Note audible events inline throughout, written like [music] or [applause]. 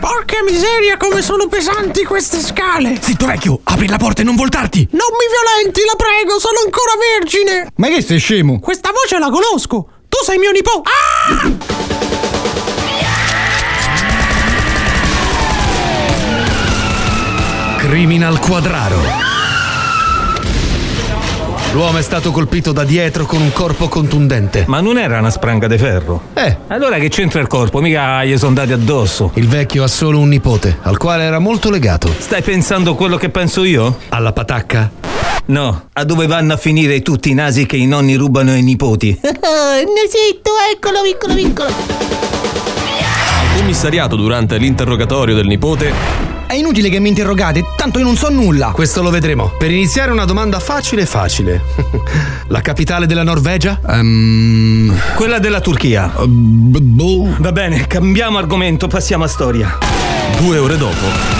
Porca miseria, come sono pesanti queste scale! Zitto vecchio, apri la porta e non voltarti! Non mi violenti, la prego, sono ancora vergine! Ma che sei scemo? Questa voce la conosco! Tu sei mio nipote! Ah! Criminal Quadraro. L'uomo è stato colpito da dietro con un corpo contundente. Ma non era una spranga di ferro. Eh. Allora che c'entra il corpo? Mica gli sono dati addosso. Il vecchio ha solo un nipote, al quale era molto legato. Stai pensando quello che penso io? Alla patacca? No, a dove vanno a finire tutti i nasi che i nonni rubano ai nipoti? Nasito, eccolo, piccolo, piccolo. [laughs] Commissariato durante l'interrogatorio del nipote, È inutile che mi interrogate, tanto io non so nulla. Questo lo vedremo. Per iniziare una domanda facile facile. [laughs] la capitale della Norvegia? Ehm... Quella della Turchia. Uh, boh. Va bene, cambiamo argomento, passiamo a storia. due ore dopo,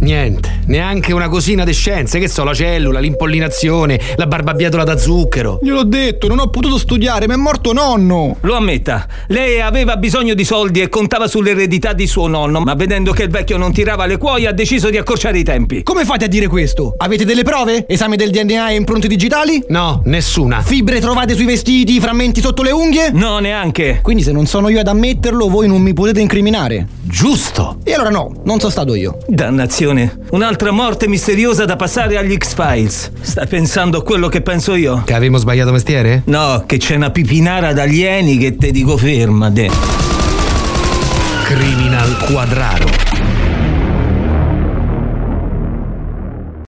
Niente, neanche una cosina di scienze, che so, la cellula, l'impollinazione, la barbabietola da zucchero. Gliel'ho detto, non ho potuto studiare, ma è morto nonno. Lo ammetta, lei aveva bisogno di soldi e contava sull'eredità di suo nonno, ma vedendo che il vecchio non tirava le cuoie ha deciso di accorciare i tempi. Come fate a dire questo? Avete delle prove? Esame del DNA e impronte digitali? No, nessuna. Fibre trovate sui vestiti, frammenti sotto le unghie? No, neanche. Quindi se non sono io ad ammetterlo, voi non mi potete incriminare. Giusto. E allora no, non sono stato io. Dannazione, un'altra morte misteriosa da passare agli X-Files. Stai pensando a quello che penso io? Che avevo sbagliato mestiere? No, che c'è una pipinara d'alieni che te dico fermate. Criminal Quadraro.